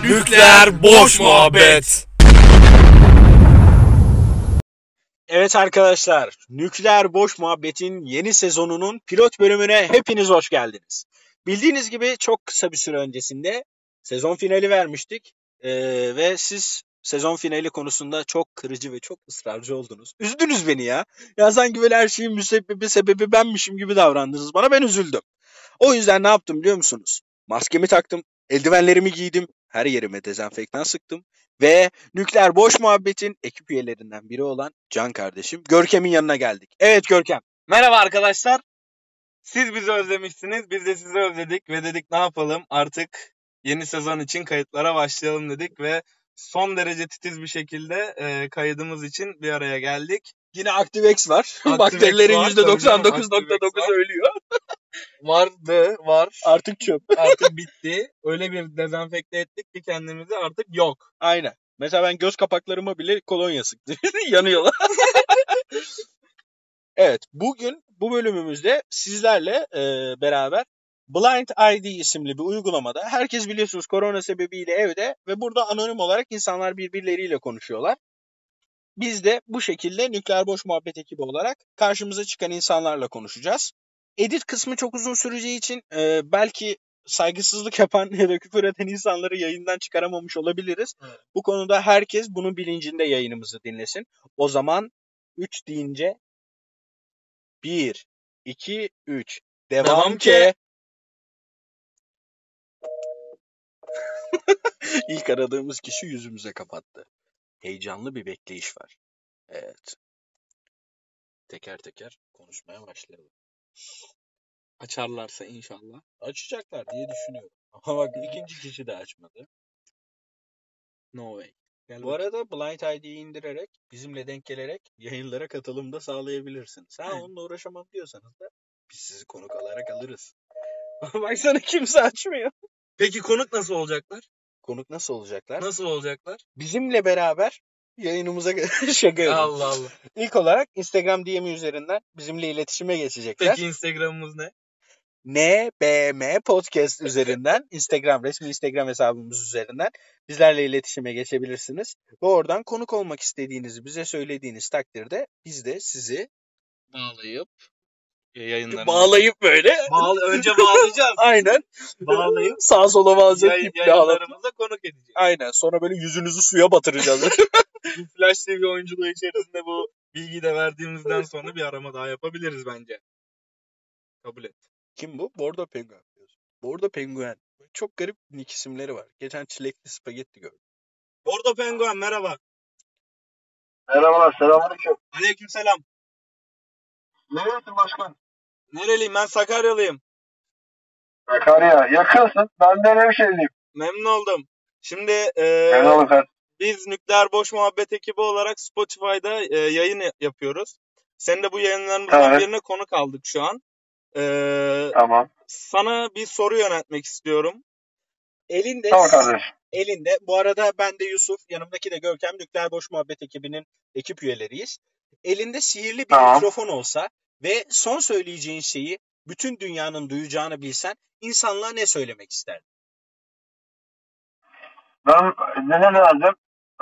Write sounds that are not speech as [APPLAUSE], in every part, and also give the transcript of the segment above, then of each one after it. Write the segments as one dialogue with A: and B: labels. A: Muhabbetler boş muhabbet.
B: Evet arkadaşlar, Nükleer Boş Muhabbet'in yeni sezonunun pilot bölümüne hepiniz hoş geldiniz. Bildiğiniz gibi çok kısa bir süre öncesinde sezon finali vermiştik Ee, ve siz sezon finali konusunda çok kırıcı ve çok ısrarcı oldunuz. Üzdünüz beni ya. Ya sanki böyle her şeyin müsebbibi sebebi benmişim gibi davrandınız bana ben üzüldüm. O yüzden ne yaptım biliyor musunuz? Maskemi taktım, eldivenlerimi giydim, her yerime dezenfektan sıktım ve Nükleer Boş Muhabbet'in ekip üyelerinden biri olan Can kardeşim Görkem'in yanına geldik. Evet Görkem.
C: Merhaba arkadaşlar. Siz bizi özlemişsiniz. Biz de sizi özledik ve dedik ne yapalım artık yeni sezon için kayıtlara başlayalım dedik ve son derece titiz bir şekilde e, kaydımız için bir araya geldik.
B: Yine Activex var. [LAUGHS]
C: Activex
B: Bakterilerin
C: var, tabii
B: %99.9
C: canım,
B: ölüyor.
C: Vardı, var.
B: Artık çöp.
C: Artık bitti. Öyle bir dezenfekte ettik ki kendimizi artık yok.
B: Aynen. Mesela ben göz kapaklarıma bile kolonya sıktım. [LAUGHS] Yanıyorlar. evet. Bugün bu bölümümüzde sizlerle e, beraber Blind ID isimli bir uygulamada herkes biliyorsunuz korona sebebiyle evde ve burada anonim olarak insanlar birbirleriyle konuşuyorlar. Biz de bu şekilde nükleer boş muhabbet ekibi olarak karşımıza çıkan insanlarla konuşacağız. Edit kısmı çok uzun süreceği için e, belki saygısızlık yapan [LAUGHS] ya da küfür eden insanları yayından çıkaramamış olabiliriz.
C: Evet.
B: Bu konuda herkes bunun bilincinde yayınımızı dinlesin. O zaman 3 deyince 1, 2, 3. Devam,
C: Devam
B: ki.
C: ki.
B: [LAUGHS] İlk aradığımız kişi yüzümüze kapattı. Heyecanlı bir bekleyiş var. Evet. Teker teker konuşmaya başlayalım.
C: Açarlarsa inşallah.
B: Açacaklar diye düşünüyorum. [LAUGHS] Ama bak ikinci kişi de açmadı.
C: No way. Gel
B: Bu arada Blind ID'yi indirerek bizimle denk gelerek yayınlara katılım da sağlayabilirsiniz. Ha onunla uğraşamam diyorsanız da biz sizi konuk alarak [LAUGHS] alırız. Baksana kimse açmıyor.
C: Peki konuk nasıl olacaklar?
B: Konuk nasıl olacaklar?
C: Nasıl olacaklar?
B: Bizimle beraber yayınımıza [LAUGHS] şaka yapıyoruz.
C: Allah Allah.
B: İlk olarak Instagram DM üzerinden bizimle iletişime geçecekler.
C: Peki Instagram'ımız ne?
B: NBM Podcast üzerinden Instagram resmi Instagram hesabımız üzerinden bizlerle iletişime geçebilirsiniz. Ve oradan konuk olmak istediğinizi bize söylediğiniz takdirde biz de sizi
C: Bağlayıp yayınlarına.
B: bağlayıp böyle
C: Bağla, önce bağlayacağız.
B: aynen
C: Bağlayıp
B: [LAUGHS] sağa sola bağlayacak
C: yay,
B: iple alalım.
C: yayınlarımıza konuk edeceğiz.
B: Aynen sonra böyle yüzünüzü suya batıracağız. [LAUGHS]
C: Bu Flash TV oyunculuğu içerisinde bu bilgiyi de verdiğimizden sonra bir arama daha yapabiliriz bence. Kabul et.
B: Kim bu? Bordo Penguen. Bordo Penguen. Çok garip nick isimleri var. Geçen çilekli spagetti gördüm.
C: Bordo Penguen merhaba.
D: Merhabalar, selamünaleyküm.
C: Aleykümselam.
D: Neresin başkan?
C: Nereliyim ben Sakaryalıyım.
D: Sakarya, yakınsın. Ben de Nevşehirliyim.
C: Memnun oldum. Şimdi e,
D: Memnun oldum efendim.
C: biz Nükleer Boş Muhabbet ekibi olarak Spotify'da e, yayın ya- yapıyoruz. Sen de bu yayınlarımızdan
D: Evet.
C: birine konuk aldık şu an. E,
D: Tamam.
C: sana bir soru yöneltmek istiyorum.
B: Elinde
D: Tamam kardeş.
B: elinde. Bu arada ben de Yusuf, yanımdaki de Görkem Nükleer Boş Muhabbet ekibinin ekip üyeleriyiz. Elinde sihirli bir
D: Tamam.
B: mikrofon olsa ve son söyleyeceğin şeyi bütün dünyanın duyacağını bilsen insanlığa ne söylemek isterdin?
D: Ben ne ne derdim?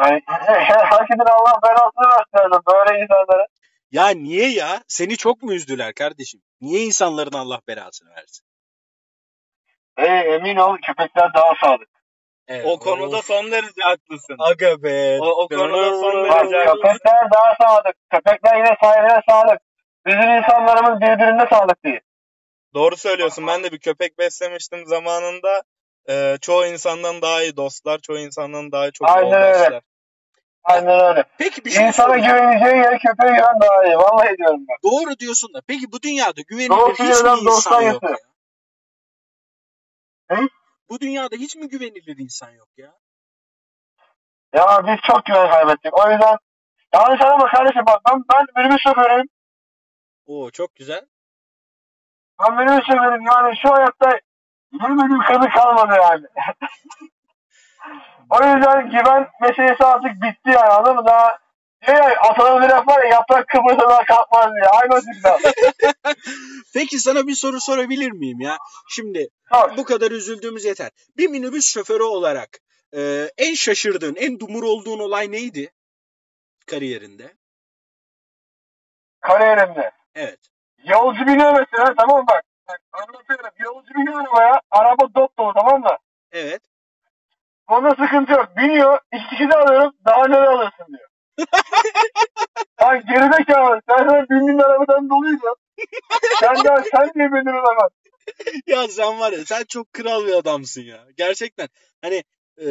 D: Yani, [LAUGHS] herkesin Allah belasını versin derdim. Böyle insanlara.
B: Ya niye ya? Seni çok mu üzdüler kardeşim? Niye insanların Allah belasını versin?
D: Ey Ee, emin ol köpekler daha sağlık.
C: O konuda son derece haklısın.
B: Aga be.
C: O- o konuda son
D: Bak
C: derece haklısın.
D: köpekler daha sağlık. Köpekler yine sahibine sağlık. Bizim insanlarımız birbirine sağlık değil.
C: Doğru söylüyorsun. Ben de bir köpek beslemiştim zamanında. Ee, çoğu insandan daha iyi dostlar, çoğu insandan daha iyi çok
D: Aynen öyle.
C: yoldaşlar.
D: Aynen öyle.
B: Peki bir şey
D: İnsana
B: soracağım.
D: güveneceğin yer köpeğe güven daha iyi. Vallahi diyorum ben.
B: Doğru diyorsun da. Peki bu dünyada güvenilir
D: Doğru
B: hiç mi
D: diyorlar,
B: insan
D: dostlar
B: yok ya?
D: yapıyor. Hı?
B: Bu dünyada hiç mi güvenilir insan yok ya?
D: Ya biz çok güven kaybettik. O yüzden yani sana bak kardeşim bak ben, ben minibüs şoförüyüm.
B: Oo çok güzel.
D: Ben minibüs şoförüyüm. Yani şu hayatta yürümediğim kadın kalmadı yani. [LAUGHS] o yüzden güven meselesi artık bitti yani anladın mı? Daha diyor ya atalarım bir laf var ya yaprak kıpırsa daha kalkmaz diye. Aynı o tipten.
B: Peki sana bir soru sorabilir miyim ya? Şimdi
D: Sor.
B: bu kadar üzüldüğümüz yeter. Bir minibüs şoförü olarak
E: Ee, en şaşırdığın, en dumur olduğun olay neydi kariyerinde?
D: Kariyerimde.
E: Evet.
D: Yolcu biniyor mesela tamam mı bak. Bak anlatıyorum. Yolcu biniyor arabaya. Araba dop dolu tamam mı?
E: Evet.
D: Onda sıkıntı yok. Biniyor. İki kişi de alıyorum. Daha önce de alırsın diyor. Lan geride kalır. Sen de bindiğin arabadan doluydu. sen de sen niye bindin arabadan?
E: ya sen var ya sen çok kral bir adamsın ya. Gerçekten hani e,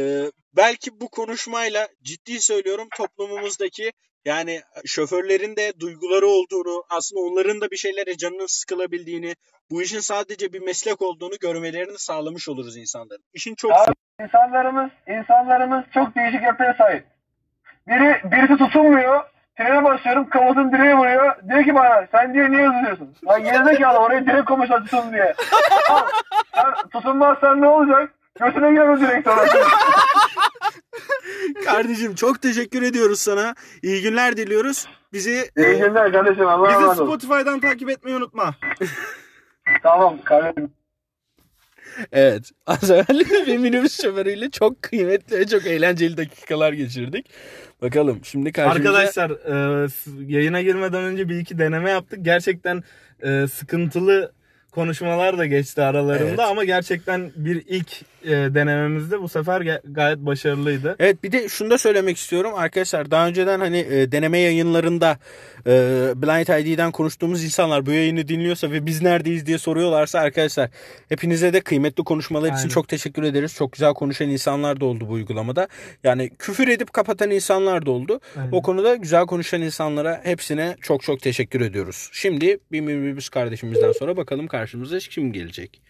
E: belki bu konuşmayla ciddi söylüyorum toplumumuzdaki yani şoförlerin de duyguları olduğunu aslında onların da bir şeylere canının sıkılabildiğini bu işin sadece bir meslek olduğunu görmelerini sağlamış oluruz insanların. İşin çok
D: Abi, İnsanlarımız, insanlarımız çok değişik yapıya sahip. Biri, birisi tutunmuyor. Frene basıyorum, kafasını direğe vuruyor. Diyor ki bana, sen diyor niye hızlıyorsun? Lan gerizekalı oraya direk koymuşlar tutun diye. Al, sen tutunmazsan ne olacak? Götüne girer direkt sonra.
E: kardeşim çok teşekkür ediyoruz sana. İyi günler diliyoruz. Bizi
D: İyi günler kardeşim, Allah'a
F: Bizi
D: emanet olun.
F: Spotify'dan takip etmeyi unutma.
D: Tamam kardeşim.
B: Evet. [LAUGHS] Az evvel bir minibüs şoförüyle çok kıymetli ve çok eğlenceli dakikalar geçirdik. Bakalım şimdi karşımıza...
C: Arkadaşlar e, s- yayına girmeden önce bir iki deneme yaptık. Gerçekten e, sıkıntılı konuşmalar da geçti aralarında
B: Evet.
C: ama gerçekten bir ilk e, denememizde bu sefer ge- gayet başarılıydı.
B: Evet bir de şunu da söylemek istiyorum arkadaşlar daha önceden hani e, deneme yayınlarında e, Blind ID'den konuştuğumuz insanlar bu yayını dinliyorsa ve biz neredeyiz diye soruyorlarsa arkadaşlar hepinize de kıymetli konuşmalar için
C: Aynen.
B: çok teşekkür ederiz. Çok güzel konuşan insanlar da oldu bu uygulamada. Yani küfür edip kapatan insanlar da oldu.
C: Aynen.
B: O konuda güzel konuşan insanlara hepsine çok çok teşekkür ediyoruz. Şimdi bir minibüs kardeşimizden sonra bakalım karşımıza kim gelecek.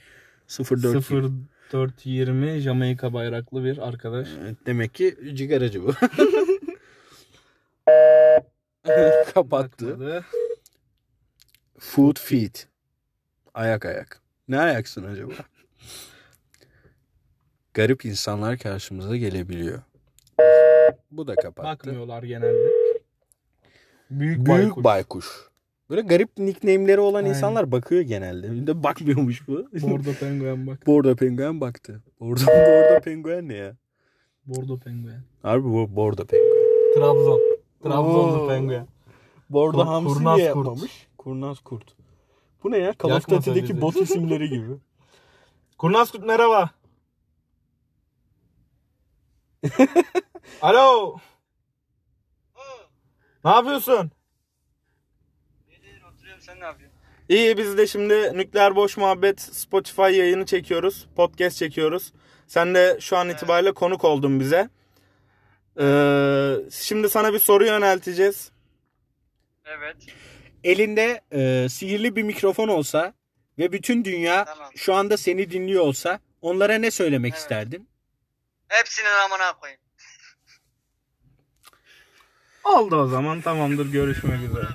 B: 04
C: 0420 Jamaika bayraklı bir arkadaş.
B: Evet, Demek ki cigaracı bu. Kapattı.
C: Bakmadı.
B: Food feet. Ayak ayak. Ne ayaksın acaba? Garip insanlar karşımıza gelebiliyor. Bu da kapattı.
C: Bakmıyorlar genelde. Büyük,
B: Büyük
C: baykuş.
B: baykuş. Böyle garip nickname'leri olan
C: Aynen.
B: insanlar bakıyor genelde. Bir de bakmıyormuş bu.
C: Bordo penguen bak.
B: [LAUGHS] Bordo penguen baktı. Bordo, [LAUGHS] bordo penguen ne ya?
C: Bordo penguen.
B: Harbi bu bordo penguen.
C: [LAUGHS] Trabzon.
B: Trabzonlu
C: Trabzonlu
B: penguen.
C: penguen.
B: Bordo
C: Kur-
B: hamsi
C: kurnaz
B: diye
C: kurt.
B: yapmamış. Kurnaz kurt. Bu ne ya? Call of
C: Yakma
B: Duty'deki
C: tabii bizi.
B: bot isimleri gibi.
C: Kurnazkurt [LAUGHS] merhaba. Alo. ne yapıyorsun?
D: Sen ne yapıyorsun?
C: İyi biz de şimdi Nükleer Boş Muhabbet Spotify yayını çekiyoruz. Podcast çekiyoruz. Sen de şu an itibariyle konuk oldun bize. Ee, şimdi sana bir soru yönelteceğiz.
D: Evet,
B: [LAUGHS] Elinde e, sihirli bir mikrofon olsa ve bütün dünya
D: Tamam.
B: şu anda seni dinliyor olsa onlara ne söylemek
D: Evet.
B: isterdin?
D: hepsinin amına koyayım.
C: Oldu o zaman tamamdır görüşmek üzere.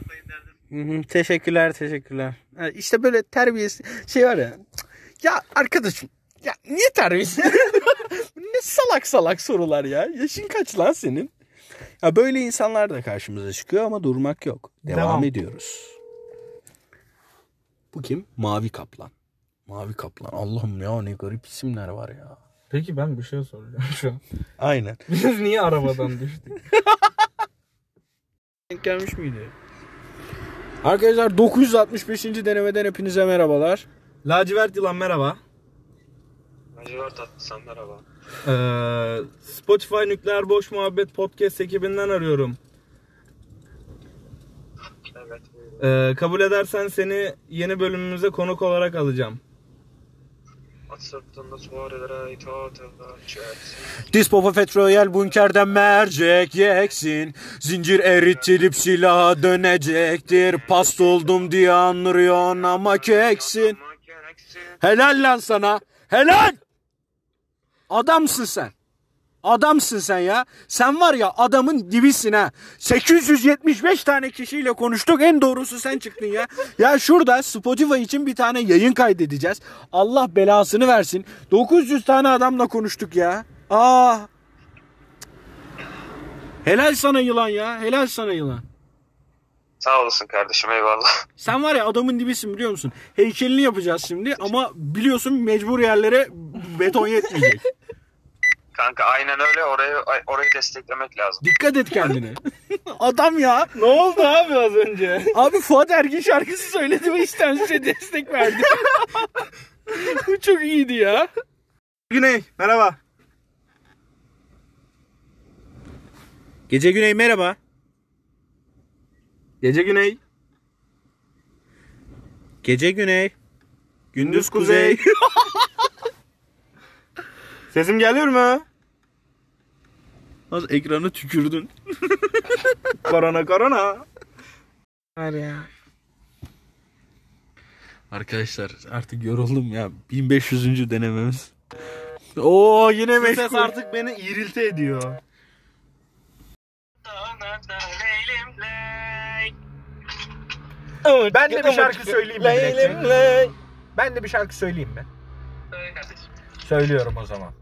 B: Hı hı, teşekkürler teşekkürler. Ha, İşte böyle terbiyesiz şey var ya. Ya arkadaşım ya niye terbiyesiz? [LAUGHS] ne salak salak sorular ya. Yaşın kaç lan senin? Ya böyle insanlar da karşımıza çıkıyor ama durmak yok. Devam,
C: Devam.
B: ediyoruz. Bu kim? Mavi Kaplan. Mavi Kaplan. Allah'ım ya ne garip isimler var ya.
C: Peki ben bir şey soracağım şu an.
B: Aynen.
C: Biz niye arabadan düştük?
B: gelmiş miydi? Arkadaşlar 965. denemeden hepinize merhabalar.
C: Lacivert Yılan merhaba.
D: Lacivert attı sen merhaba.
C: Ee, Spotify Nükleer Boş Muhabbet Podcast ekibinden arıyorum.
D: Evet,
C: Ee, kabul edersen seni yeni bölümümüze konuk olarak alacağım.
D: at sırtında suarelere itaat edeceksin.
B: Dispopa Petroyel bunkerden mercek yeksin. Zincir eritilip silaha dönecektir. Past oldum diye anlıyorsun ama keksin. Helal lan sana. Helal. Adamsın sen. Adamsın sen ya. Sen var ya adamın dibisin ha. 875 tane kişiyle konuştuk. En doğrusu sen çıktın ya. Ya şurada Spotify için bir tane yayın kaydedeceğiz. Allah belasını versin. 900 tane adamla konuştuk ya. Aa. Helal sana yılan ya. Helal sana yılan.
D: Sağ olasın kardeşim eyvallah.
B: Sen var ya adamın dibisin biliyor musun? Heykelini yapacağız şimdi ama biliyorsun mecbur yerlere beton yetmeyecek.
G: [LAUGHS] Kanka aynen öyle orayı orayı desteklemek lazım.
H: Dikkat et kendine. [LAUGHS] Adam ya.
C: Ne oldu abi az önce?
H: Abi Fuat Ergin şarkısı söyledi ve işten size destek verdi. [LAUGHS] Bu çok iyiydi ya.
C: Güney merhaba.
B: Gece Güney merhaba.
C: Gece Güney.
B: Gece Güney.
C: Gündüz Kuzey. Sesim geliyor mu?
H: Az ekrana tükürdün.
C: Korona korona.
H: Arkadaşlar artık yoruldum ya. 1500. denememiz. Oo yine
C: Bu ses
H: meşgul.
C: artık beni iğrilti ediyor.
B: Ben de bir şarkı söyleyeyim mi? direkt? Ben de bir şarkı söyleyeyim mi? Söylüyorum o zaman.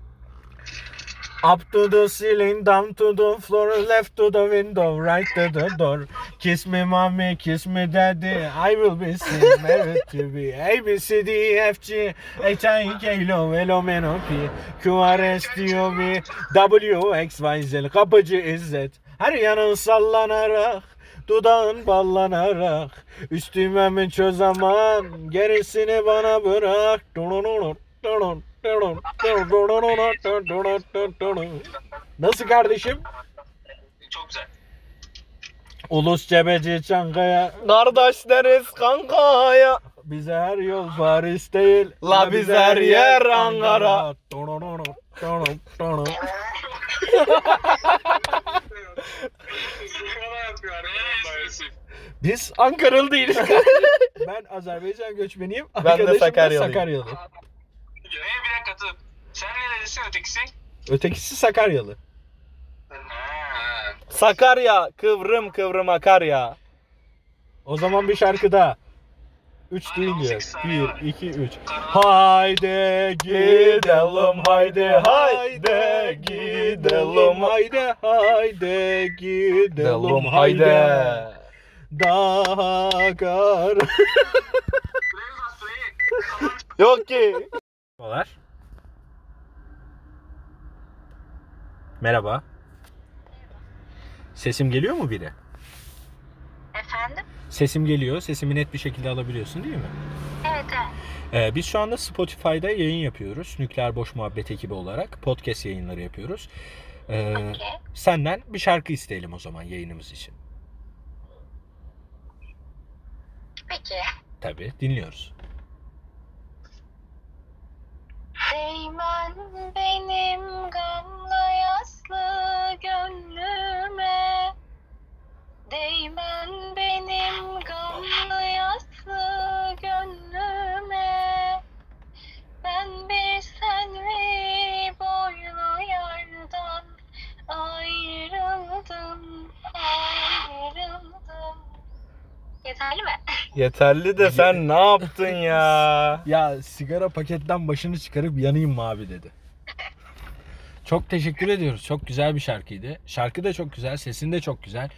B: Up to the ceiling, down to the floor, left to the window, right to the door. Kiss me mommy, kiss me daddy, I will be seen, [LAUGHS] married to be. A, B, C, D, E, F, G, H, I, J, K, L, O, L, O, M, N, O, P, Q, R, S, T, U, V, W, X, Y, Z, kapıcı İzzet. Her yanın sallanarak, dudağın ballanarak, üstüme mi çözemem, gerisini bana bırak. Nasıl kardeşim?
G: Çok güzel.
B: Ulus cebeci Çankaya
C: Kardeş deriz kankaya.
B: Bize her yol Paris değil
C: La biz her yer Ankara.
B: Biz
H: Ankaralı
B: [LAUGHS]
H: değiliz.
B: ben Azerbaycan göçmeniyim
C: de
B: Arkadaşım
C: Sakaryalıyım.
B: Sakaryalı
G: Güney bir dakika dur. Sen nerelisin ötekisi?
B: Ötekisi Sakaryalı
G: Ha.
C: Sakarya kıvrım kıvrım akarya.
B: O zaman bir şarkı daha 3 değil diyor 1, 2, 3 Haydi gidelim haydi haydi gidelim haydi haydi gidelim haydi Daha kar
C: Yok ki.
B: Merhabalar. Merhaba. Sesim geliyor mu biri?
I: Efendim?
B: Sesim geliyor. Sesimi net bir şekilde alabiliyorsun değil mi?
I: Evet evet.
B: Ee, biz şu anda Spotify'da yayın yapıyoruz. Nükleer Boş Muhabbet ekibi olarak podcast yayınları yapıyoruz. Ee,
I: Okey.
B: Senden bir şarkı isteyelim o zaman yayınımız için.
I: Peki.
B: Tabii dinliyoruz.
I: Değmen benim gamla yaslı gönlüme Değmen benim gamlı yaslı gönlüme Ben bir senli boylu yardan ayrıldım ayrıldım Yeterli mi?
C: Yeterli de sen ne yaptın ya?
B: Ya sigara paketten başını çıkarıp yanayım mı abi dedi. [LAUGHS] çok teşekkür ediyoruz. Çok güzel bir şarkıydı. Şarkı da çok güzel, sesin de çok güzel.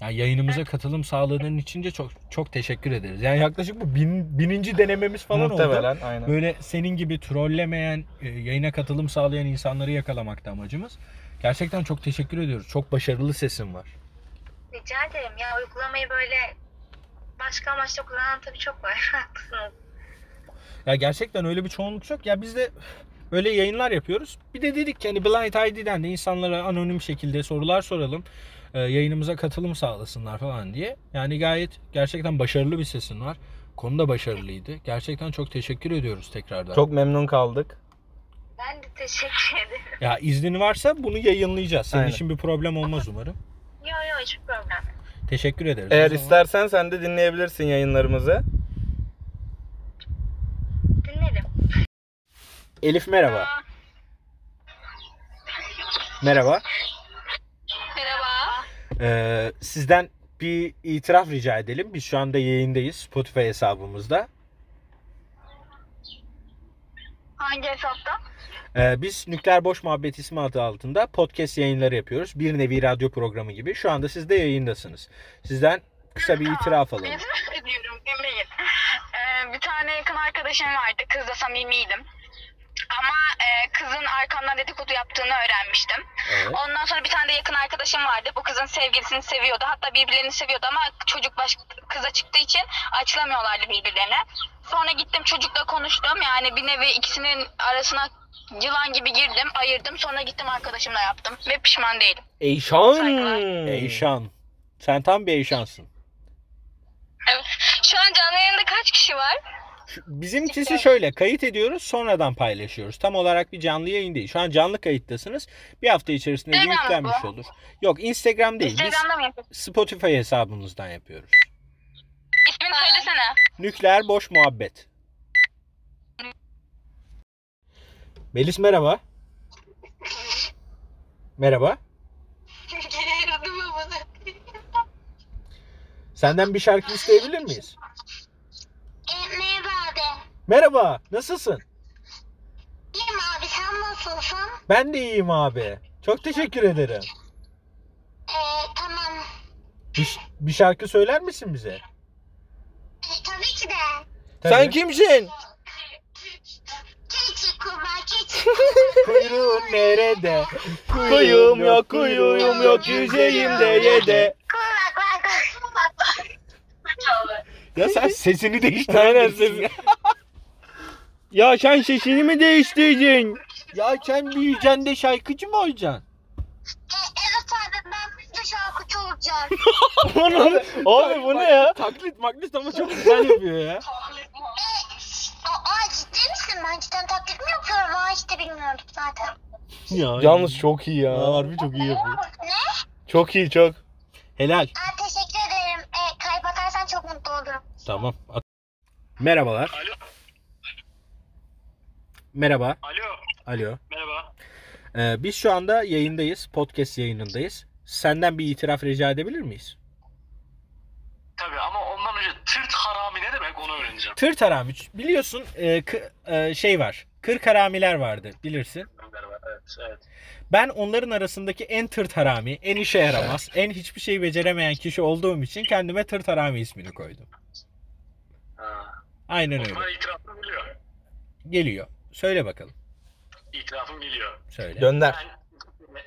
B: Yani yayınımıza katılım sağladığın için de çok çok teşekkür ederiz. Yani yaklaşık bu bin, bininci denememiz falan oldu.
C: Muhtemelen aynen.
B: Böyle senin gibi trollemeyen, e, yayına katılım sağlayan insanları yakalamakta amacımız. Gerçekten çok teşekkür ediyoruz. Çok başarılı sesin var.
I: Rica ederim ya uygulamayı böyle başka amaçla kullanan tabii çok var. [LAUGHS] Haklısınız.
B: Ya gerçekten öyle bir çoğunluk yok. Ya biz de böyle yayınlar yapıyoruz. Bir de dedik ki hani Blind ID'den de insanlara anonim şekilde sorular soralım. Ee, yayınımıza katılım sağlasınlar falan diye. Yani gayet gerçekten başarılı bir sesin var. Konu da başarılıydı. Gerçekten çok teşekkür ediyoruz tekrardan.
C: Çok memnun kaldık.
I: Ben de teşekkür ederim.
B: Ya iznin varsa bunu yayınlayacağız. Senin
C: Aynen.
B: için bir problem olmaz umarım.
I: Yo yo hiç problem. yok.
B: Teşekkür ederiz. O
C: Eğer
B: zaman-
C: istersen sen de dinleyebilirsin yayınlarımızı.
I: Dinlerim.
B: Elif merhaba. Merhaba.
I: Merhaba.
B: Ee, sizden bir itiraf rica edelim. Biz şu anda yayındayız Spotify hesabımızda.
I: Hangi hesapta?
B: Ee, biz Nükleer Boş Muhabbet ismi adı altında podcast yayınları yapıyoruz. Bir nevi radyo programı gibi. Şu anda siz de yayındasınız. Sizden kısa bir itiraf alalım.
I: [LAUGHS] Nefret ediyorum Emre'yi. Ee, bir tane yakın arkadaşım vardı. Kızla samimiydim. Ama e, kızın arkamdan dedikodu yaptığını öğrenmiştim. Ondan sonra bir tane de yakın arkadaşım vardı. Bu kızın sevgilisini seviyordu. Hatta birbirlerini seviyordu ama çocuk baş, kıza çıktığı için açılamıyorlardı birbirlerine. Sonra gittim çocukla konuştum. Yani bir nevi ikisinin arasına yılan gibi girdim, ayırdım. Sonra gittim arkadaşımla yaptım ve pişman değilim.
B: Eyşan.
I: Saygılar.
B: Ee, Eyşan. Sen tam bir Eyşansın.
I: Şu an canlı yayında kaç kişi var?
B: Şu- Bizimkisi şöyle kayıt ediyoruz sonradan paylaşıyoruz. Tam olarak bir canlı yayın değil. Şu an canlı kayıttasınız. Bir hafta içerisinde
I: Instagram mı
B: yüklenmiş
I: bu?
B: olur. Yok Instagram değil. Biz
I: Instagram'da mı yapıyorsun?
B: Spotify hesabımızdan yapıyoruz.
I: İsmini söylesene.
B: Nükleer boş muhabbet. Melis merhaba. Merhaba. Senden bir şarkı isteyebilir miyiz?
I: Merhaba abi.
B: Merhaba. Nasılsın?
I: İyiyim abi sen nasılsın?
B: Ben de iyiyim abi. Çok teşekkür ederim.
I: Ee, tamam.
B: Bir, bir şarkı söyler misin bize?
I: Ee, tabii ki de.
B: Tabii.
A: Sen kimsin?
I: Keçi kuma keçi.
B: Kuyruğun nerede?
A: Kuyum yok kuyum yok yüzeyimde yede.
I: Kulak kulak kulak.
B: Ya sen sesini değiştir.
A: Aynen ses- Ya sen sesini mi değiştirdin?
B: Ya sen büyüyeceksin de şarkıcı mı olacaksın?
I: Ee, evet abi ben bir şarkıcı olacağım.
A: Oğlum, Abi bu ne ya?
B: Taklit maklit ama çok güzel yapıyor ya.
I: Ee, o, o ciddi misin? Ben cidden taklit mi yapıyorum? Aa işte bilmiyordum zaten.
B: [LAUGHS] ya
A: Yalnız çok iyi ya.
B: harbi çok iyi yapıyor.
I: Ne?
A: Çok iyi çok.
B: Helal.
I: Aa, teşekkür ederim. Ee, kayıp atarsan çok mutlu olurum.
B: Tamam. at- Merhabalar.
J: Alo.
B: Merhaba.
J: Alo.
B: Alo.
J: Merhaba.
B: Ee, biz şu anda yayındayız. Podcast yayınındayız. Senden bir itiraf rica edebilir miyiz?
J: Tabii ama ondan önce tırt harami ne demek onu öğreneceğim.
B: Tır tarami. Biliyorsun e, kı- e, şey var. Kır karamiler vardı bilirsin.
J: Evet, evet.
B: Ben onların arasındaki en tırt harami, en işe yaramaz, en hiçbir şey beceremeyen kişi olduğum için kendime tırt harami ismini koydum.
J: Ha.
B: Aynen öyle.
J: Osman itirafım geliyor.
B: Geliyor. Söyle bakalım.
J: İtirafım geliyor.
B: Söyle.
A: Gönder.
J: Ben...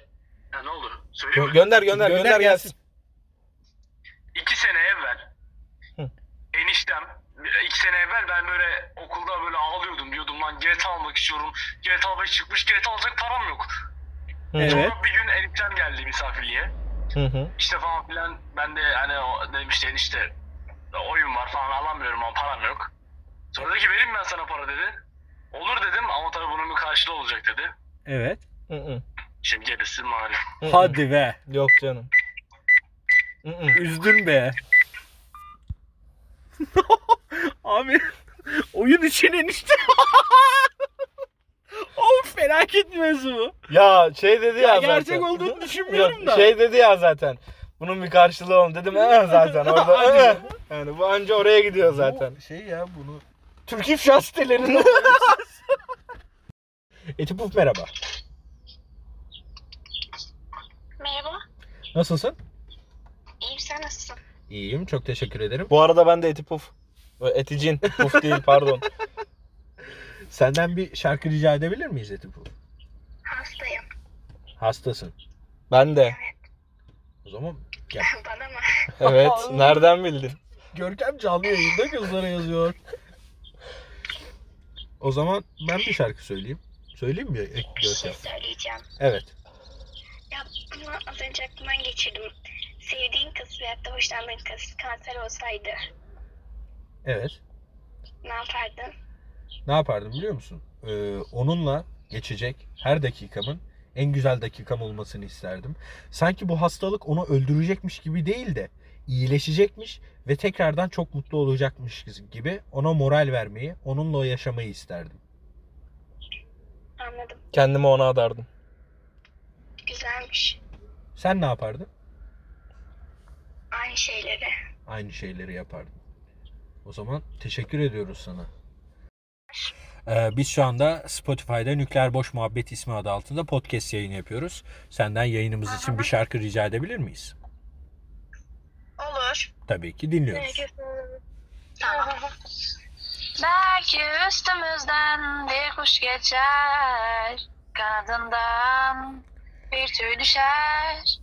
J: Ya ne olur? Söyle
A: Gö-
J: mi?
A: gönder gönder gönder gelsin.
J: İki sene evvel eniştem iki sene evvel ben böyle okulda böyle ağlıyordum diyordum lan GTA almak istiyorum. GTA 5 çıkmış GTA alacak param yok.
B: Evet.
J: Sonra bir gün eniştem geldi misafirliğe.
A: Hı hı.
J: İşte falan filan ben de hani o- dedim işte enişte oyun var falan alamıyorum ama param yok. Sonra dedi ki vereyim ben sana para dedi. Olur dedim ama tabii bunun bir karşılığı olacak dedi.
B: Evet.
A: Hı hı.
J: Şimdi gerisi malum.
B: Hadi be.
A: Yok canım. Hı hı.
B: Üzdün be.
K: [LAUGHS] Abi oyun için enişte. [LAUGHS] of felaket mevzu bu.
A: Ya şey dedi ya,
K: Ya
A: zaten.
K: gerçek olduğunu düşünmüyorum
A: Yok,
K: da.
A: Şey dedi ya zaten. Bunun bir karşılığı olun dedim ee zaten [LAUGHS] orada. ee. Yani bu anca oraya gidiyor zaten.
B: Şey ya bunu.
A: Türk
K: [LAUGHS]
B: [LAUGHS]
A: ifşa sitelerinde.
B: Etipuf merhaba.
I: Merhaba.
B: Nasılsın?
I: İyiyim sen nasılsın?
B: İyiyim. Çok teşekkür ederim.
A: bu arada ben de eti puf. Ö, Eticin. Puf değil pardon.
B: Senden bir şarkı rica edebilir miyiz Etipuf?
I: Hastayım.
B: Hastasın.
A: Ben de.
B: O zaman
I: Bana mı?
A: Evet. Nereden bildin?
B: Görkem canlı yayında gözlere yazıyor. O zaman ben bir şarkı söyleyeyim. Söyleyeyim mi Ek-
I: Bir şey
B: Görkem?
I: söyleyeceğim.
B: Evet.
I: Ya bunu az önce aklımdan geçirdim. Sevdiğin kız veyahut da hoşlandığın kız kanser olsaydı
B: Evet.
I: ne yapardın?
B: Ne yapardım biliyor musun? Ee, onunla geçecek her dakikamın en güzel dakikam olmasını isterdim. Sanki bu hastalık onu öldürecekmiş gibi değil de iyileşecekmiş ve tekrardan çok mutlu olacakmış gibi ona moral vermeyi, onunla o yaşamayı isterdim.
I: Anladım.
A: Kendimi ona adardım.
I: Güzelmiş.
B: Sen ne yapardın?
I: Aynı şeyleri.
B: aynı şeyleri yapardım. O zaman teşekkür ediyoruz sana. Ee, biz şu anda Spotify'da Nükleer Boş Muhabbet ismi adı altında podcast yayını yapıyoruz. Senden yayınımız için bir şarkı rica edebilir miyiz?
I: Olur.
B: Tabii ki dinliyoruz.
I: Tamam. Belki üstümüzden bir kuş geçer. Kanadından bir tüy düşer.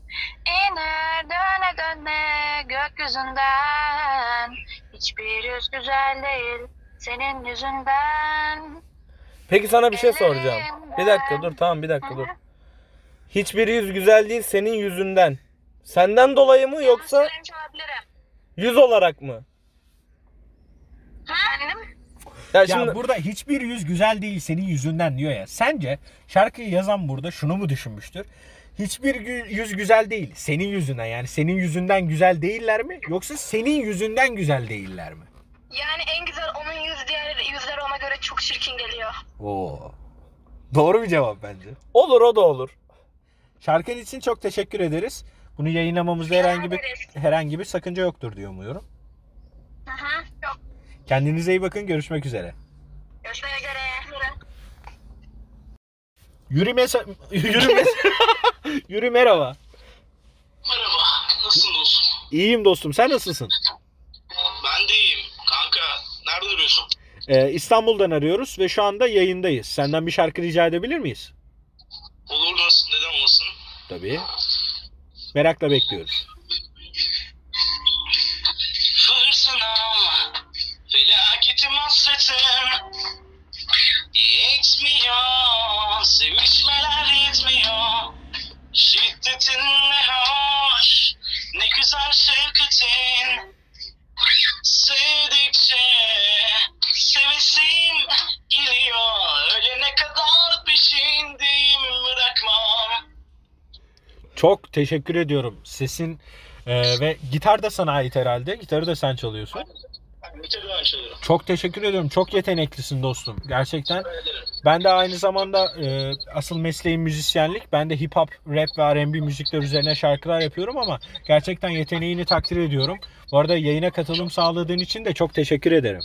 I: İner döne döne gökyüzünden. Hiçbir yüz güzel değil senin yüzünden.
A: Peki sana bir şey soracağım. Bir dakika dur tamam bir dakika dur. Hiçbir yüz güzel değil senin yüzünden. Senden dolayı mı yoksa
I: Söylemiş olabilirim.
A: yüz olarak mı?
I: Efendim?
A: Ya
B: Ya
A: şimdi
B: burada hiçbir yüz güzel değil senin yüzünden diyor ya. Sence şarkıyı yazan burada şunu mu düşünmüştür? Hiçbir gü- yüz güzel değil senin yüzünden yani senin yüzünden güzel değiller mi? Yoksa senin yüzünden güzel değiller mi?
I: Yani en güzel onun yüz diğer yüzler ona göre çok çirkin geliyor.
B: Oo. Doğru bir cevap bence.
A: olur o da olur.
B: Şarkın için çok teşekkür ederiz. Bunu yayınlamamızda herhangi bir
I: ederiz.
B: herhangi bir sakınca yoktur diye umuyorum.
I: Hı hı. Yok.
B: Kendinize iyi bakın. Görüşmek üzere.
I: Görüşmeye göre.
B: Yürü mesa... [LAUGHS] Yürü mes- Yürü merhaba.
J: Merhaba. Nasılsın dostum?
B: İyiyim dostum. Sen nasılsın?
J: Ben de iyiyim. Kanka nerede arıyorsun?
B: Ee, İstanbul'dan arıyoruz ve şu anda yayındayız. Senden bir şarkı rica edebilir miyiz?
J: Olur nasıl neden olmasın?
B: Tabii. Merakla bekliyoruz.
J: Fırtınam, felaketim hasretim Yetmiyor, sevişmeler yetmiyor Şiddetin ne hoş, ne güzel şefkatin Sevdikçe sevesim geliyor Ölene kadar peşindeyim bırakmam
B: Çok teşekkür ediyorum. Sesin e, ve gitar da sana ait herhalde. Gitarı da sen çalıyorsun.
J: Bir türlü açılırım.
B: Çok teşekkür ediyorum. Çok yeteneklisin dostum. Gerçekten
J: Ederim.
B: Ben de aynı zamanda e, asıl mesleğim müzisyenlik. Ben de hip hop, rap ve R&B müzikler üzerine şarkılar yapıyorum ama gerçekten yeteneğini takdir ediyorum. Bu arada yayına katılım sağladığın için de çok teşekkür ederim.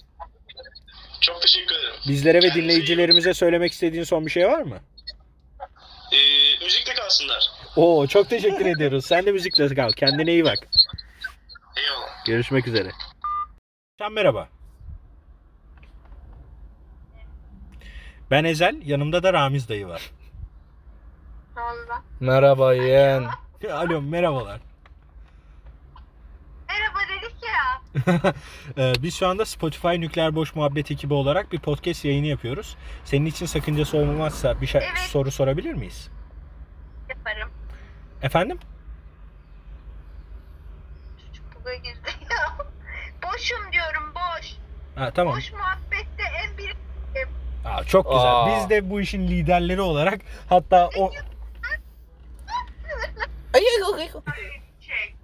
J: Çok teşekkür ederim.
B: Bizlere ve
J: Kendinize iyi
B: dinleyicilerimize söylemek istediğin son bir şey var mı?
J: Ee, müzikle kalsınlar.
B: Oo çok teşekkür ediyoruz. Sen de müzikle kal. Kendine iyi bak.
J: Eyvallah.
B: Görüşmek üzere. Can merhaba. Ben Ezel, yanımda da Ramiz dayı var. [LAUGHS]
I: Ne oldu?
A: Merhaba yeğen.
B: Alo, merhabalar.
I: Merhaba dedik ya.
B: Ee, Biz şu anda Spotify Nükleer Boş Muhabbet ekibi olarak bir podcast yayını yapıyoruz. Senin için sakıncası olmazsa bir şey-
I: Evet.
B: soru sorabilir miyiz?
I: Yaparım.
B: Efendim?
I: Çocuk buga girdi [LAUGHS] ya. Boşum diyorum boş.
B: Ha, tamam.
I: Boş muhabbette en bir...
B: Aa, çok güzel.
A: Aa.
B: Biz de bu işin liderleri olarak hatta o
I: Şey,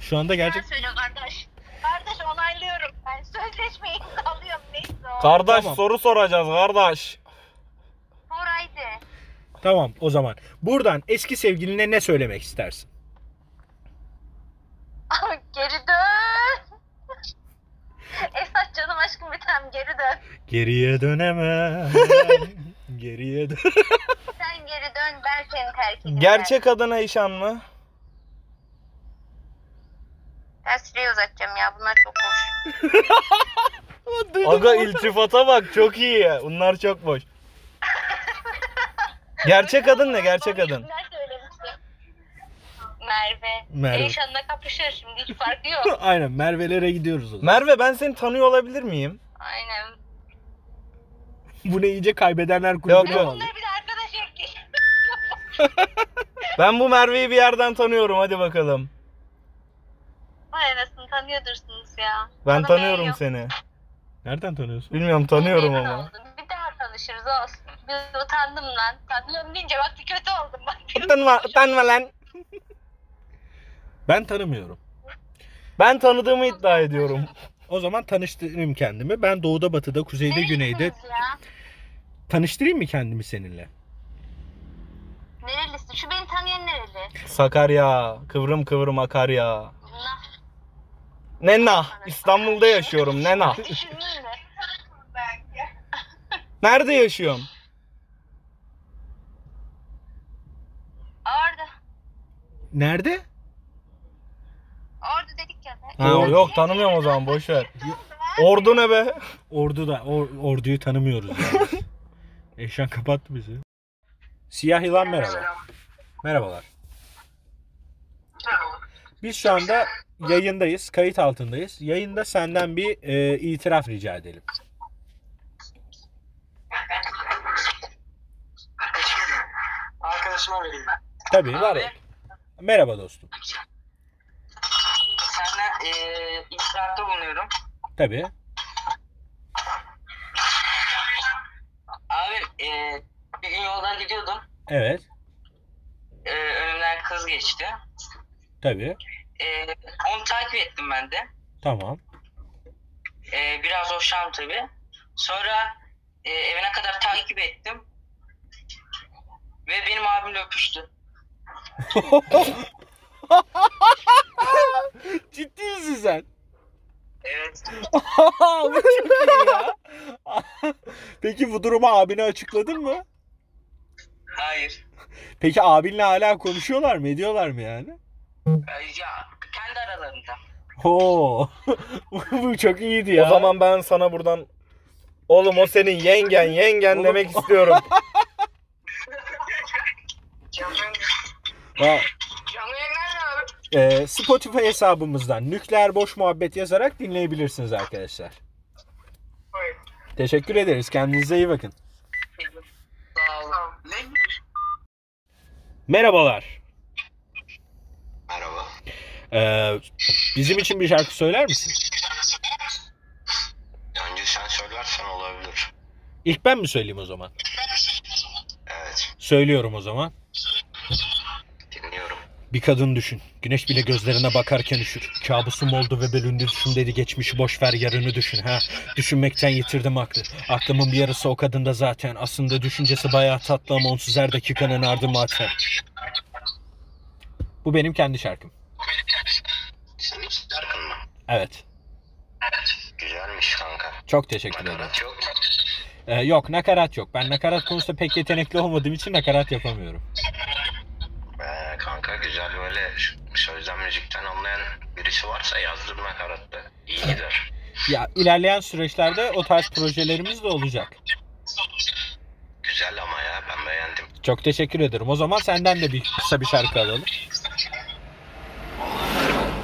B: şu anda
I: ben
B: gerçek
I: söylüyorum kardeş. Kardeş onaylıyorum. Ben sözleşmeyi [LAUGHS] imzalıyorum neyse o.
A: Kardeş
B: Tamam.
A: soru soracağız kardeş.
I: Oraydı. [LAUGHS]
B: Tamam o zaman. Buradan eski sevgiline ne söylemek istersin?
I: geri dön. [LAUGHS] Esat canım aşkım bir tanem geri dön.
B: Geriye dönemem. Geriye dön.
I: Sen geri dön ben seni terk edeceğim.
A: Gerçek adına işan mı?
I: Ben süreyi uzatacağım ya bunlar çok hoş.
A: Aga iltifata bak çok iyi ya. Bunlar çok boş. Gerçek adın ne? Gerçek adın.
I: Kimler söylemişti? Merve.
B: Merve.
I: Eyşan'la kapışır şimdi hiç farkı
A: [LAUGHS]
I: yok.
B: [LAUGHS] Aynen Merve'lere gidiyoruz o zaman.
A: Merve ben seni tanıyor olabilir miyim?
I: Aynen.
B: Bu ne iyice kaybedenler
A: Yok,
B: kulübü
A: yok.
B: oldu.
I: Bunlar bir de arkadaş ekli.
A: Ben bu Merve'yi bir yerden tanıyorum hadi bakalım.
I: Vay anasını tanıyordursunuz ya.
A: Ben
I: Bana beğen
A: tanıyorum
I: yok.
A: seni.
B: Nereden tanıyorsun?
A: Bilmiyorum tanıyorum
I: Memnun
A: ama.
I: oldum. Bir daha tanışırız olsun. Bir utandım lan. Tanıyorum deyince bak kötü oldum bak.
A: Utanma, utanma lan.
B: Ben tanımıyorum.
A: Ben tanıdığımı iddia ediyorum.
B: O zaman tanıştırayım kendimi. Ben doğuda, batıda, kuzeyde, güneyde.
I: Nerelisiniz ya?
B: Tanıştırayım mı kendimi seninle?
I: Nerelisin? Şu beni tanıyan nereli?
A: Sakarya, kıvrım kıvrım akarya.
I: Nah.
A: Nena, İstanbul'da yaşıyorum Nena.
I: Düşündün mü? Belki.
A: Nerede yaşıyorsun?
I: Orada.
B: Nerede?
I: Orada dedik ya.
A: Ha, yok tanımıyorum o zaman boş ver.
I: Ne oldu?
C: Ordu ne be?
B: Ordu da or, orduyu tanımıyoruz. Yani.
A: [LAUGHS]
B: Eşan kapattı bizi. Siyah yılan merhaba. Merhabalar. Biz şu anda yayındayız, kayıt altındayız. Yayında senden bir e, itiraf rica edelim.
I: Arkadaşıma vereyim ben.
B: Tabii. Merhaba dostum.
I: Senle eee itirafta e, bulunuyorum.
B: Tabii.
I: Abi eee bir gün yoldan gidiyordum.
B: Evet.
I: Eee önümden kız geçti.
B: Tabii.
I: Eee onu takip ettim ben de.
B: Tamam.
I: Eee Ee, biraz hoşlandım tabii. Sonra eee, evine kadar takip ettim. Ve benim abimle öpüştü.
L: Ciddi misin
B: [LAUGHS]
L: sen?
I: Evet.
L: Aa, bu çok iyi ya.
B: [LAUGHS] Peki bu durumu abine açıkladın mı?
I: Hayır.
B: Peki abinle hala konuşuyorlar mı? Ediyorlar mı yani?
I: Ay, Ya kendi aralarında.
B: Oo. [LAUGHS] bu çok iyiydi ya.
C: O zaman ben sana buradan Oğlum o senin yengen yengen demek
A: [LAUGHS]
C: istiyorum.
B: Ha,
I: Canlı yayınlar abi.
B: e, Spotify hesabımızdan nükleer boş muhabbet yazarak dinleyebilirsiniz arkadaşlar.
I: Evet.
B: Teşekkür ederiz. Kendinize iyi bakın.
I: Sağ ol. Ne?
B: Merhabalar.
J: Merhaba.
B: Ee, bizim için bir şarkı söyler misin?
J: Önce sen söylersen olabilir.
B: İlk ben mi söyleyeyim o zaman?
J: Evet,
B: Söylüyorum o zaman.
J: dinliyorum.
B: Bir kadın düşün. Güneş bile gözlerine bakarken üşür. Kabusum oldu ve bölündü düşün dedi geçmişi boş ver yarını düşün ha. Düşünmekten yitirdim aklı. Aklımın bir yarısı o kadında zaten. Aslında düşüncesi bayağı tatlı ama onsuz her dakikanın ardıma atar. Bu benim kendi şarkım.
J: Senin ilk şarkın mı?
B: Evet.
J: Güzelmiş kanka.
B: Çok teşekkür ederim.
J: Nakarat yok.
B: Ee, yok nakarat yok. Ben nakarat konusunda pek yetenekli olmadığım için nakarat yapamıyorum.
J: Ee, kanka güzel böyle ş- sözden müzikten anlayan birisi varsa yazdır nakaratta. İyi gider.
B: Ya ilerleyen süreçlerde o tarz projelerimiz de olacak.
J: Güzel ama ya ben beğendim.
B: Çok teşekkür ederim. O zaman senden de bir kısa bir şarkı alalım.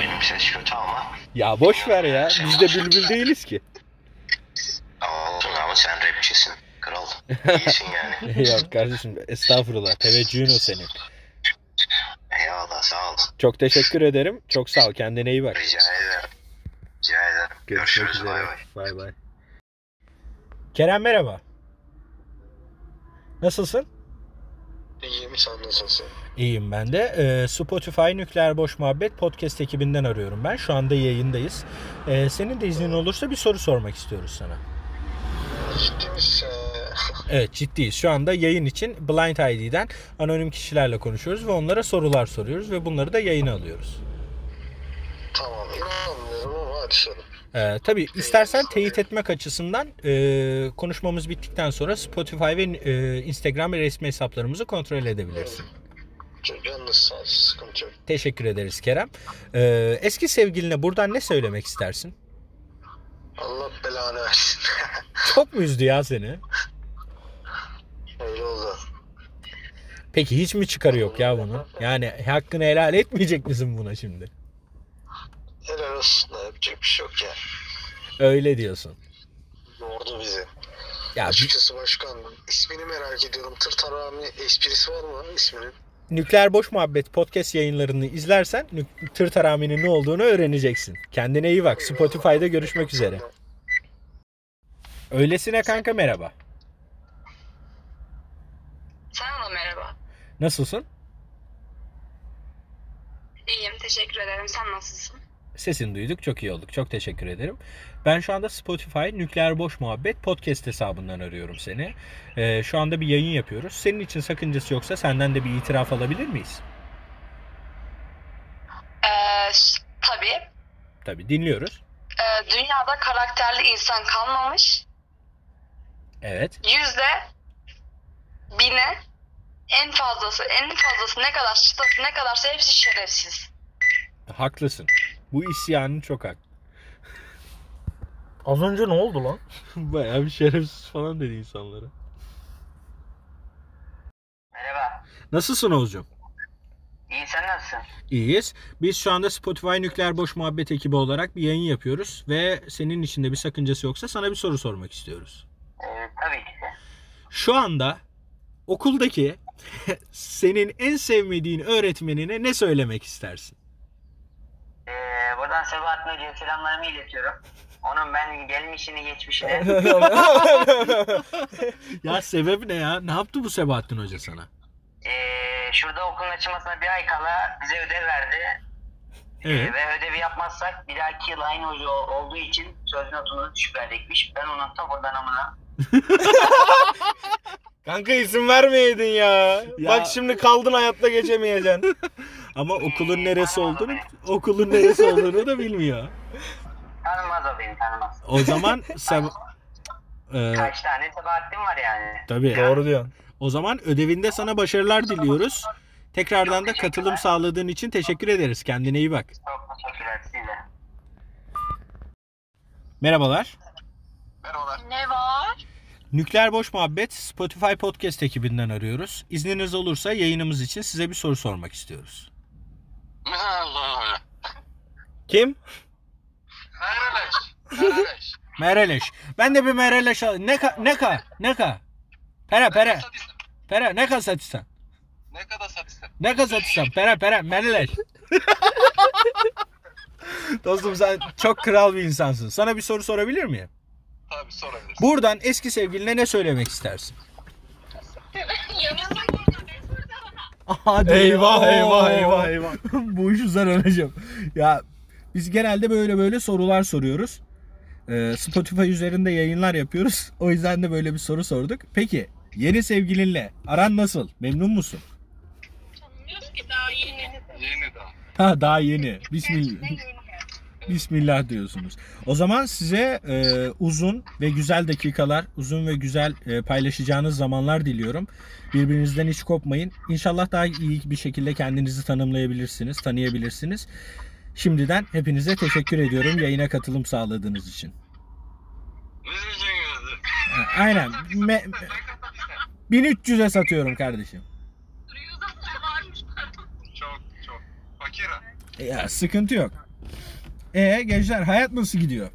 J: Benim ses kötü ama.
B: Ya boş ver ya. Biz de bülbül değiliz ki.
J: Ama olsun ama sen rapçisin.
B: [LAUGHS]
J: Kral. İyisin yani.
B: Yok kardeşim estağfurullah. Teveccühün o senin.
J: Eyvallah sağ ol.
B: Çok teşekkür ederim. Çok sağ ol. Kendine iyi bak.
J: Rica ederim. Rica ederim. Görüşürüz. Bay bay.
B: Bay bay. Kerem merhaba. Nasılsın?
J: İyiyim sen nasılsın?
B: İyiyim ben de. Ee, Spotify Nükleer Boş Muhabbet podcast ekibinden arıyorum ben. Şu anda yayındayız. Ee, senin de iznin olursa bir soru sormak istiyoruz sana.
J: Ciddi misin?
B: Evet ciddiyiz. Şu anda yayın için Blind ID'den anonim kişilerle konuşuyoruz ve onlara sorular soruyoruz ve bunları da yayına alıyoruz.
J: Tamam inanmıyorum ama hadi sorun.
B: Ee, tabii istersen teyit etmek açısından e, konuşmamız bittikten sonra Spotify ve e, Instagram resmi hesaplarımızı kontrol edebilirsin.
J: Canınız sağ olsun sıkıntı yok.
B: Teşekkür ederiz Kerem. Ee, eski sevgiline buradan ne söylemek istersin?
J: Allah belanı versin. [LAUGHS]
B: Çok mu üzdü ya seni?
J: Öyle oldu.
B: Peki hiç mi çıkarı yok ya bunun? Yani hakkını helal etmeyecek misin buna şimdi?
J: Helal olsun da yapacak bir şey yok ya.
B: Öyle diyorsun.
J: Yordu bizi.
B: Ya bir-
J: Açıkçası başkan ismini merak ediyorum. Tır tarami esprisi var mı isminin?
B: Nükleer Boş Muhabbet podcast yayınlarını izlersen nük- tır taraminin ne olduğunu öğreneceksin. Kendine iyi bak. Spotify'da görüşmek üzere. Öylesine kanka merhaba.
M: Sana da merhaba.
B: Nasılsın?
M: İyiyim teşekkür ederim. Sen nasılsın?
B: Sesini duyduk. Çok iyi olduk. Çok teşekkür ederim. Ben şu anda Spotify Nükleer Boş Muhabbet podcast hesabından arıyorum seni. Ee, şu anda bir yayın yapıyoruz. Senin için sakıncası yoksa senden de bir itiraf alabilir miyiz?
M: Ee, ş- tabii.
B: Tabii dinliyoruz.
M: Ee, dünyada karakterli insan kalmamış.
B: Evet.
M: Yüzde bine en fazlası, en fazlası ne kadar çıtası ne kadarsa hepsi şerefsiz.
B: Haklısın. Bu isyanın çok hak.
C: Az önce ne oldu lan?
B: [LAUGHS] Bayağı bir şerefsiz falan dedi insanlara.
J: Merhaba.
B: Nasılsın Oğuzcuğum?
J: İyi sen nasılsın?
B: İyiyiz. Biz şu anda Spotify Nükleer Boş Muhabbet ekibi olarak bir yayın yapıyoruz ve senin içinde bir sakıncası yoksa sana bir soru sormak istiyoruz.
J: Ee, tabii ki de.
B: Şu anda okuldaki [LAUGHS] senin en sevmediğin öğretmenine ne söylemek istersin?
J: Ee, buradan Sebahattin Hoca'ya selamlarımı iletiyorum. Onun ben gelmişini geçmişini. [LAUGHS]
B: ya sebep ne ya? Ne yaptı bu Sebahattin Hoca sana?
J: ee, şurada okulun açılmasına bir ay kala bize ödev verdi. Ee,
B: Evet.
J: ve ödevi yapmazsak bir dahaki yıl aynı hoca ol- olduğu için söz notumuzu düşük verdikmiş. Ben ona sıfırdan amına.
C: Kanka isim vermeyeydin ya. Bak şimdi kaldın hayatta geçemeyeceksin.
B: Ama okulun neresi olduğunu okulun neresi olduğunu da bilmiyor.
J: Tanımaz o beni tanımaz.
B: O zaman sen Ee,
J: Kaç tane Sebahattin var yani.
B: Tabii.
C: Doğru diyorsun.
B: O zaman ödevinde sana başarılar diliyoruz. Tekrardan da katılım sağladığın için teşekkür ederiz. Kendine iyi bak.
J: Çok teşekkürler size.
B: Merhabalar.
I: Ne var?
B: Nükleer Boş Muhabbet Spotify Podcast ekibinden arıyoruz. İzniniz olursa yayınımız için size bir soru sormak istiyoruz.
C: Kim?
B: Mereleş. Ben de bir mereleş al. Neka, neka, neka. Pera, pera. Pera, neka satışsan. Neka satışsan. Pera, pera, mereleş. Dostum sen çok kral bir insansın. Sana bir soru sorabilir miyim?
G: Tabii sorabilir.
B: Buradan eski sevgiline ne söylemek istersin? Hadi.
C: Eyvah, eyvah, eyvah,
B: eyvah. [LAUGHS] Bu iş uzar öleceğim. Ya biz genelde böyle böyle sorular soruyoruz. Ee, Spotify üzerinde yayınlar yapıyoruz. [LAUGHS] O yüzden de böyle bir soru sorduk. Peki yeni sevgilinle aran nasıl? Memnun musun?
G: Yeni daha.
B: Ha daha yeni. Bismillah. Bismillah diyorsunuz. O zaman size e, uzun ve güzel dakikalar, uzun ve güzel e, paylaşacağınız zamanlar diliyorum. Birbirinizden hiç kopmayın. İnşallah daha iyi bir şekilde kendinizi tanımlayabilirsiniz, tanıyabilirsiniz. Şimdiden hepinize teşekkür ediyorum yayına katılım sağladığınız için. Ha, Aynen. Me- 1300'e satıyorum kardeşim.
G: Çok çok. Fakir.
B: Ya sıkıntı yok. E gençler hayat nasıl gidiyor?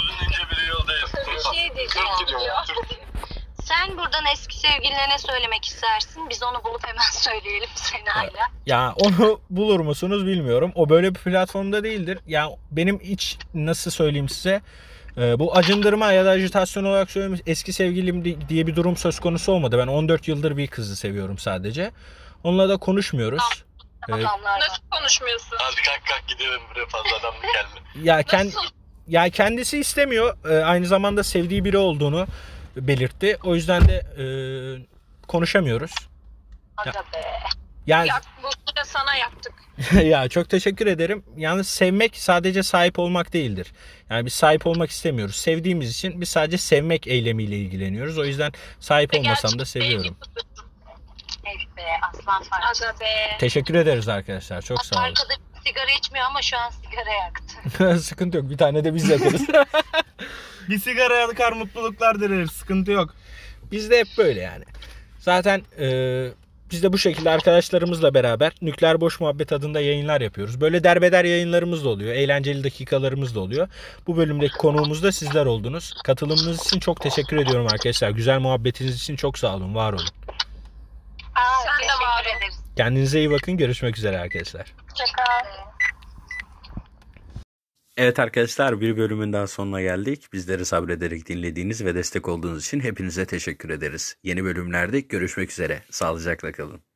G: Uzun ince bir yoldayız.
I: Bir şey diyeceğim ya. Sen buradan eski sevgiline ne söylemek istersin? Biz onu bulup hemen [LAUGHS] söyleyelim Sena'yla.
B: Ya onu [LAUGHS] bulur musunuz bilmiyorum. O böyle bir platformda değildir. Ya benim iç nasıl söyleyeyim size e, bu acındırma ya da ajitasyon olarak söyleyeyim eski sevgilim di- diye bir durum söz konusu olmadı. Ben 14 yıldır bir kızı seviyorum sadece. Onunla da konuşmuyoruz. E,
I: Nasıl konuşmuyorsun?
G: Hadi kalk kalk gidelim buraya fazladan mı geldi?
B: ya kend ya kendisi istemiyor. E, aynı zamanda sevdiği biri olduğunu belirtti. O yüzden de e, konuşamıyoruz.
I: Aga be.
B: Yani
I: Yak, bunu da sana yaptık.
B: [LAUGHS] ya çok teşekkür ederim. Yalnız sevmek sadece sahip olmak değildir. Yani biz sahip olmak istemiyoruz. Sevdiğimiz için biz sadece sevmek eylemiyle ilgileniyoruz. O yüzden sahip olmasam da seviyorum.
I: Evet Eh be aslan parçası. Aga be.
B: Teşekkür ederiz arkadaşlar. Çok sağ olun.
I: Arkadaşım sigara içmiyor ama şu an sigara
B: [LAUGHS]
I: yaktı.
B: Sıkıntı yok. Bir tane de biz yakarız.
C: Bir sigara yakar mutluluklar dileriz. Sıkıntı yok.
B: Bizde hep böyle yani. Zaten e, biz de bu şekilde arkadaşlarımızla beraber Nükleer Boş Muhabbet adında yayınlar yapıyoruz. Böyle derbeder yayınlarımız da oluyor. Eğlenceli dakikalarımız da oluyor. Bu bölümdeki konuğumuz da sizler oldunuz. Katılımınız için çok teşekkür ediyorum arkadaşlar. Güzel muhabbetiniz için çok sağ olun. Var olun.
I: Aa, Sen de var ederiz.
B: Kendinize iyi bakın. Görüşmek üzere arkadaşlar. Evet arkadaşlar bir bölümün daha sonuna geldik. Bizleri sabrederek dinlediğiniz ve destek olduğunuz için hepinize teşekkür ederiz. Yeni bölümlerde görüşmek üzere. Sağlıcakla kalın.